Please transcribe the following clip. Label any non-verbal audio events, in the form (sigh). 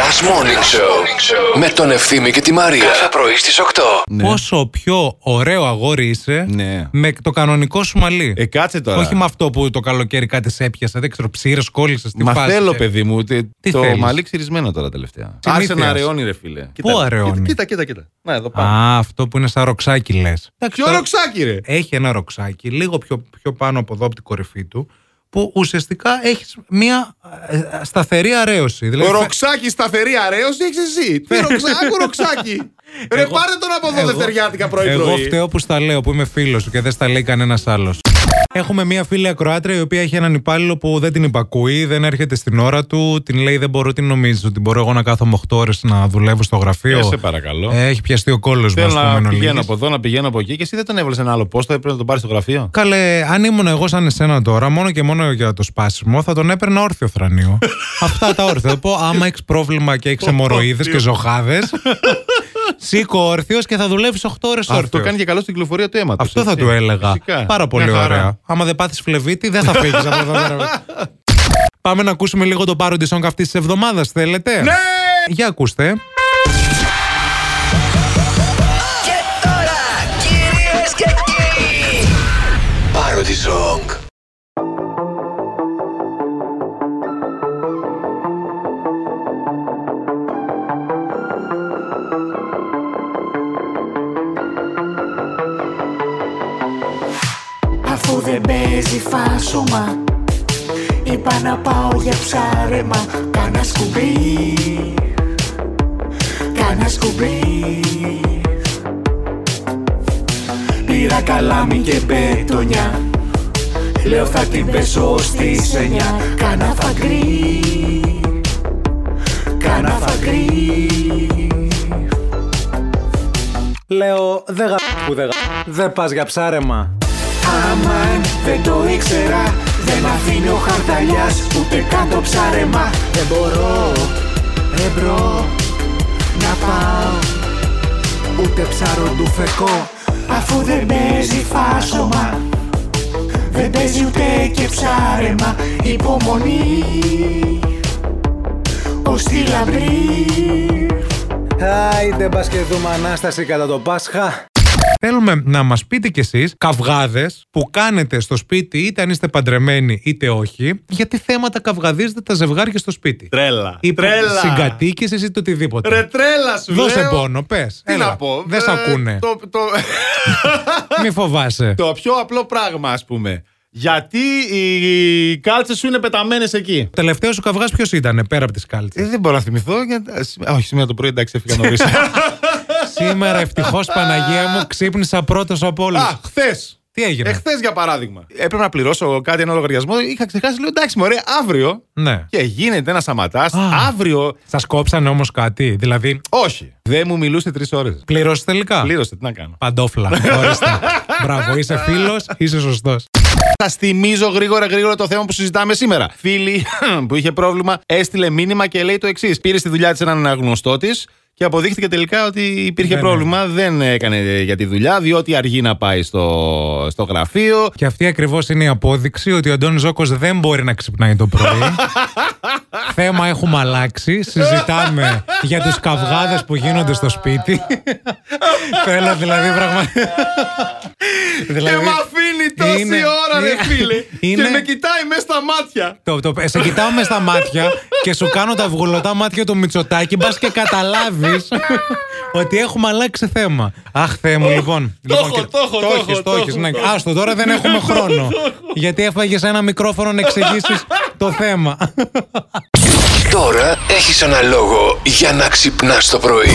Last Morning Show με τον Ευθύμη και τη Μαρία. Κάθε πρωί στις 8. Ναι. Πόσο πιο ωραίο αγόρι είσαι Ναι. με το κανονικό σου μαλλί. Ε, κάτσε τώρα. Όχι με αυτό που το καλοκαίρι κάτι σε έπιασε, δεν ξέρω, ψήρες, κόλλησες. Τι Μα φάση θέλω, είχε. παιδί μου, ότι Τι το θέλεις? μαλλί ξυρισμένο τώρα τελευταία. Συνήθειας. Άρχισε να αραιώνει, ρε φίλε. Πού αραιώνει. Κοίτα, κοίτα, κοίτα. Να, εδώ πάμε. Α, αυτό που είναι σαν ροξάκι λες. Ποιο ροξάκι, ρε. Έχει ένα ροξάκι, λίγο πιο, πιο πάνω από εδώ από την κορυφή του, που ουσιαστικά έχεις μία ε, σταθερή αρέωση. Δηλαδή, Ο Ροξάκι σταθερή αρέωση έχεις εσύ. Τι ροξάκι, ροξάκι. Ρε πάρε τον Ε, από εδώ δευτεριάτικα Εγώ πρωί-πρωί. φταίω που στα λέω, που είμαι φίλος σου και δεν στα λέει κανένας άλλος. Έχουμε μία φίλη ακροάτρια η οποία έχει έναν υπάλληλο που δεν την υπακούει, δεν έρχεται στην ώρα του, την λέει δεν μπορώ, την νομίζεις ότι μπορώ εγώ να κάθομαι 8 ώρες να δουλεύω στο γραφείο. Ε, σε παρακαλώ. Ε, Έχει πιαστεί ο κόλλο μου, Θέλω α πούμε, να εν πηγαίνω ολίγης. από εδώ, να πηγαίνω από εκεί και εσύ δεν τον έβαλε ένα άλλο πόστο, έπρεπε να τον πάρεις στο γραφείο. Καλέ, αν ήμουν εγώ σαν εσένα τώρα, μόνο και μόνο για το σπάσιμο, θα τον έπαιρνα όρθιο (laughs) θρανίο. Αυτά τα όρθια. Θα πω, άμα έχεις πρόβλημα και έχεις αιμορροίδε και ζωχάδε, (laughs) σήκω όρθιος και θα δουλεύεις 8 ώρες όρθιος. Αυτό κάνει και καλό στην κυκλοφορία του αίματος. Αυτό θα του έλεγα. Πάρα πολύ ωραία. Άμα δεν πάθεις φλεβίτη, δεν θα φύγεις από εδώ πέρα. Πάμε να ακούσουμε λίγο το parody song αυτής της εβδομάδας, θέλετε. Ναι! Για ακούστε. Και τώρα, κυρίες και κύριοι, Parody Song. Αφού δεν παίζει φάσομα Είπα να πάω για ψάρεμα Κάνα σκουμπί Κάνα σκουμπί Πήρα καλάμι και μπετονιά Λέω θα την πέσω στις εννιά Κάνα φαγκρί Κάνα φαγκρί Λέω, δεν γα... που δεν Δεν πας για ψάρεμα. Αμάν, δεν το ήξερα Δεν μ' αφήνει ο χαρδαλιάς ούτε καν το ψάρεμα Δεν μπορώ εμπρό να πάω Ούτε ψάρο ντουφεκό Αφού δεν παίζει φάσομα Δεν παίζει ούτε και ψάρεμα Υπομονή ως τη λαμπρή Άιντε μπας και δούμε Ανάσταση κατά το Πάσχα. Θέλουμε να μας πείτε κι εσείς καυγάδες που κάνετε στο σπίτι, είτε αν είστε παντρεμένοι είτε όχι, γιατί θέματα καυγαδίζετε τα ζευγάρια στο σπίτι. Τρέλα. Ή Τρέλα. συγκατοίκηση ή το οτιδήποτε. Ρε τρέλας σου, Δώσε λέω. πόνο, πες. Τι να πω. Δεν σ' ε, ακούνε. Το, το, (laughs) Μη φοβάσαι. το πιο απλό πράγμα, ας πούμε. Γιατί οι, οι κάλτσες σου είναι πεταμένες εκεί. Ο τελευταίος σου καυγάς ποιος ήταν, πέρα από τις (laughs) κάλτσες. Ε, δεν μπορώ να θυμηθώ. Όχι, σήμερα το πρωί εντάξει, έφυγα νωρίς. Σήμερα ευτυχώς Παναγία μου ξύπνησα πρώτος από όλους. (laughs) Α, χθες. Τι έγινε. Εχθές, για παράδειγμα. Έπρεπε να πληρώσω κάτι, ένα λογαριασμό. Είχα ξεχάσει, λέω εντάξει, μωρέ, αύριο. Ναι. Και γίνεται ένα σαματά. Α. Αύριο. Σας κόψανε όμως κάτι. Δηλαδή, Όχι. Δεν μου μιλούσε τρεις ώρες. πληρώσει τελικά. Πλήρωσε, τι να κάνω. Παντόφλα. (laughs) Ορίστε. Μπράβο, είσαι φίλος, είσαι σωστός. Σας θυμίζω γρήγορα γρήγορα το θέμα που συζητάμε σήμερα. Φίλη (clears throat) που είχε πρόβλημα έστειλε μήνυμα και λέει το εξής. Πήρε στη δουλειά της έναν γνωστό της και αποδείχθηκε τελικά ότι υπήρχε Ναι, ναι. πρόβλημα. Δεν έκανε για τη δουλειά, διότι αργεί να πάει στο, στο γραφείο. Και αυτή ακριβώς είναι η απόδειξη ότι ο Αντώνης Ζώκος δεν μπορεί να ξυπνάει το (laughs) πρωί. Θέμα έχουμε αλλάξει. Συζητάμε για τους καυγάδες που γίνονται στο (laughs) σπίτι. Θέλω δηλαδή πραγματικά. Και με αφήνει τόση είναι- ώρα, ρε ναι, φίλε. είναι- Και με κοιτάει μέσα στα μάτια. Το, το, σε κοιτάω μες στα μάτια και σου κάνω τα αυγουλωτά μάτια του Μητσοτάκη, μπας και καταλάβεις ότι έχουμε αλλάξει θέμα. Ach, Θεέ μου, λοιπόν. το Λοιπόν, έχω, και- το έχω, το το έχεις, έχω, το το έχεις, έχω, (laughs) ναι. το έχω. Άστο, τώρα δεν έχουμε χρόνο. Γιατί έφαγες ένα μικρόφωνο να εξηγήσεις το θέμα. Τώρα έχεις ένα λόγο για να ξυπνάς το πρωί.